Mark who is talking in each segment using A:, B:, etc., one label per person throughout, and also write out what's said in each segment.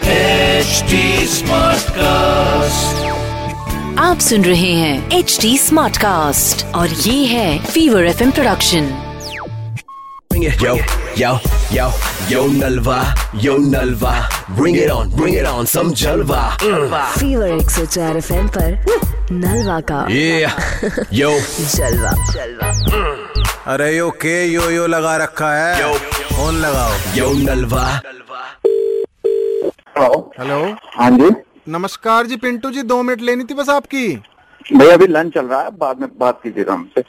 A: HD Smartcast.
B: आप सुन रहे हैं एच डी स्मार्ट कास्ट और ये है Fever F production
C: Bring it. Yo, yo, yo, yo Nalva, yo Nalva. Bring it on, bring it on, some Jalva. Mm.
B: Fever एक सौ चार एफ एम नलवा का
C: Yeah, yo,
B: जलवा
D: अरे यो के यो यो लगा रखा है
C: Yo.
D: फोन लगाओ
C: yo Nalva.
E: हेलो
D: हेलो
E: हाँ जी
D: नमस्कार जी पिंटू जी दो मिनट लेनी थी बस आपकी
E: भैया अभी लंच चल रहा है बाद में बात कीजिएगा हमसे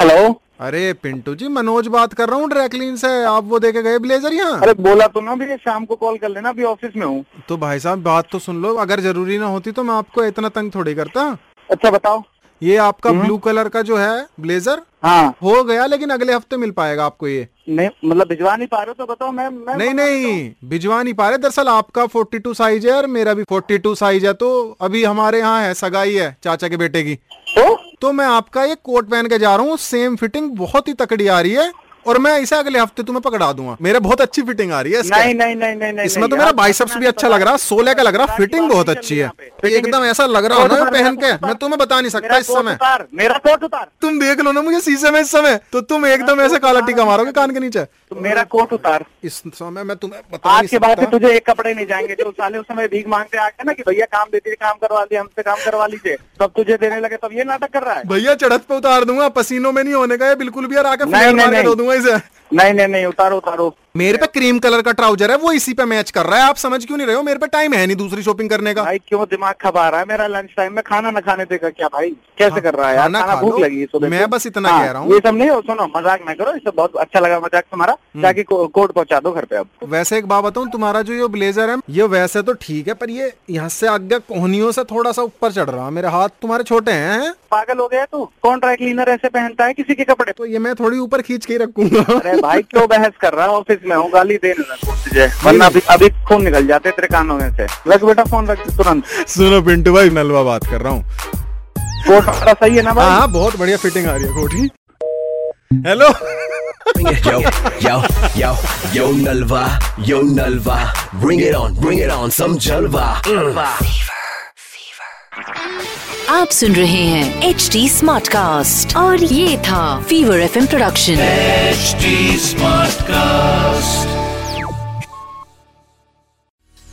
E: हेलो
D: अरे पिंटू जी मनोज बात कर रहा हूँ ड्रैकलीन से आप वो देके गए ब्लेजर यहाँ
E: अरे बोला तो ना भैया शाम को कॉल कर लेना अभी ऑफिस में हूँ
D: तो भाई साहब बात तो सुन लो अगर जरूरी ना होती तो मैं आपको इतना तंग थोड़ी करता
E: अच्छा बताओ
D: ये आपका
E: हम्म।
D: ब्लू कलर का जो है ब्लेजर
E: हाँ
D: हो गया लेकिन अगले हफ्ते मिल पाएगा आपको ये
E: नहीं मतलब भिजवा नहीं पा रहे हो तो बताओ मैं, मैं
D: नहीं नहीं भिजवा नहीं पा रहे दरअसल आपका 42 साइज है और मेरा भी 42 साइज है तो अभी हमारे यहाँ है सगाई है चाचा के बेटे की
E: तो
D: तो मैं आपका ये कोट पहन के जा रहा हूँ सेम फिटिंग बहुत ही तकड़ी आ रही है और मैं इसे अगले हफ्ते तुम्हें पकड़ा दूंगा मेरे बहुत अच्छी फिटिंग आ रही है इसके।
E: नहीं नहीं नहीं नहीं नहीं
D: इसमें तो
E: नहीं,
D: मेरा
E: आप
D: बाइसेप्स
E: अपना
D: भी अच्छा लग रहा है सोलह का लग रहा है
E: आपकी
D: फिटिंग
E: बात
D: बहुत
E: नहीं
D: अच्छी
E: चल
D: है
E: रही यहाँ पे।
D: एकदम ऐसा लग रहा हो
E: कोट
D: ना
E: उतार,
D: पहन
E: मेरा
D: के
E: कोट
D: मैं
E: उतार।
D: तुम्हें बता नहीं सकता
E: मेरा
D: इस
E: कोट
D: समय
E: उतार, मेरा कोट उतार
D: तुम देख लो ना मुझे शीशे में इस समय तो तुम एकदम ऐसे काला टीका मारोगे कान के नीचे
E: तो मेरा कोट उतार
D: इस समय मैं तुम्हें बता
E: आज
D: नहीं
E: के बाद से
D: सकता
E: तुझे एक कपड़े नहीं जाएंगे जो साले उस समय भीख मांगते आ गए ना कि भैया काम दे दीजिए काम करवा दीजिए हमसे काम करवा लीजिए तब तुझे देने लगे तब ये नाटक कर रहा है
D: भैया चढ़त पे उतार दूंगा पसीनों में नहीं होने का ये बिल्कुल भी यार आके
E: नहीं,
D: फ्लेयर
E: नहीं,
D: मार के
E: नहीं।
D: धो दूंगा इसे
E: नहीं नहीं नहीं उतारो उतारो
D: मेरे पे क्रीम कलर का ट्राउजर है वो इसी पे मैच कर रहा है आप समझ क्यों नहीं रहे हो मेरे पे टाइम है नहीं दूसरी शॉपिंग करने का
E: भाई क्यों दिमाग खपा रहा है मेरा लंच टाइम में खाना ना खाने देगा क्या भाई कैसे कर रहा है यार
D: हाँ, खाना
E: खाना
D: खा
E: भूख
D: लो।
E: लगी है सुबह
D: मैं
E: से।
D: बस इतना
E: हाँ,
D: कह रहा हूँ।
E: ये सब नहीं हो सुनो मजाक ना करो ये सब बहुत अच्छा लगा मजाक तुम्हारा
D: हम्म।
E: जाके को- कोट पहुंचा दो घर पे अब
D: वैसे एक बात बताऊं तुम्हारा जो ये ब्लेजर है ये वैसे तो ठीक है पर ये यहाँ से आगे कोहनियों से थोड़ा सा ऊपर चढ़ रहा है मेरे हाथ तुम्हारे छोटे हैं
E: पागल हो गया तू कौन ड्राई क्लीनर ऐसे पहनता है किसी के कपड़े
D: तो ये मैं थोड़ी ऊपर खींच के ही रखूंगा
E: अरे भाई क्यों बहस कर रहा है ऑफिस में हूँ गाली दे ना तुझे वरना अभी अभी खून निकल जाते तेरे कानों में से रख बेटा फोन रख तुरंत
D: सुनो पिंटू भाई नलवा बात कर रहा हूँ
E: कोट हमारा सही है ना
D: हाँ
E: भाई
D: हाँ, बहुत बढ़िया फिटिंग आ रही है कोठी hello
C: Bring it, yo, yo, yo, yo Nalva, yo Nalva. Bring it on, bring it on, some Jalva. Mm.
B: आप सुन रहे हैं एच डी स्मार्ट कास्ट और ये था Fever F production
A: HD Smartcast.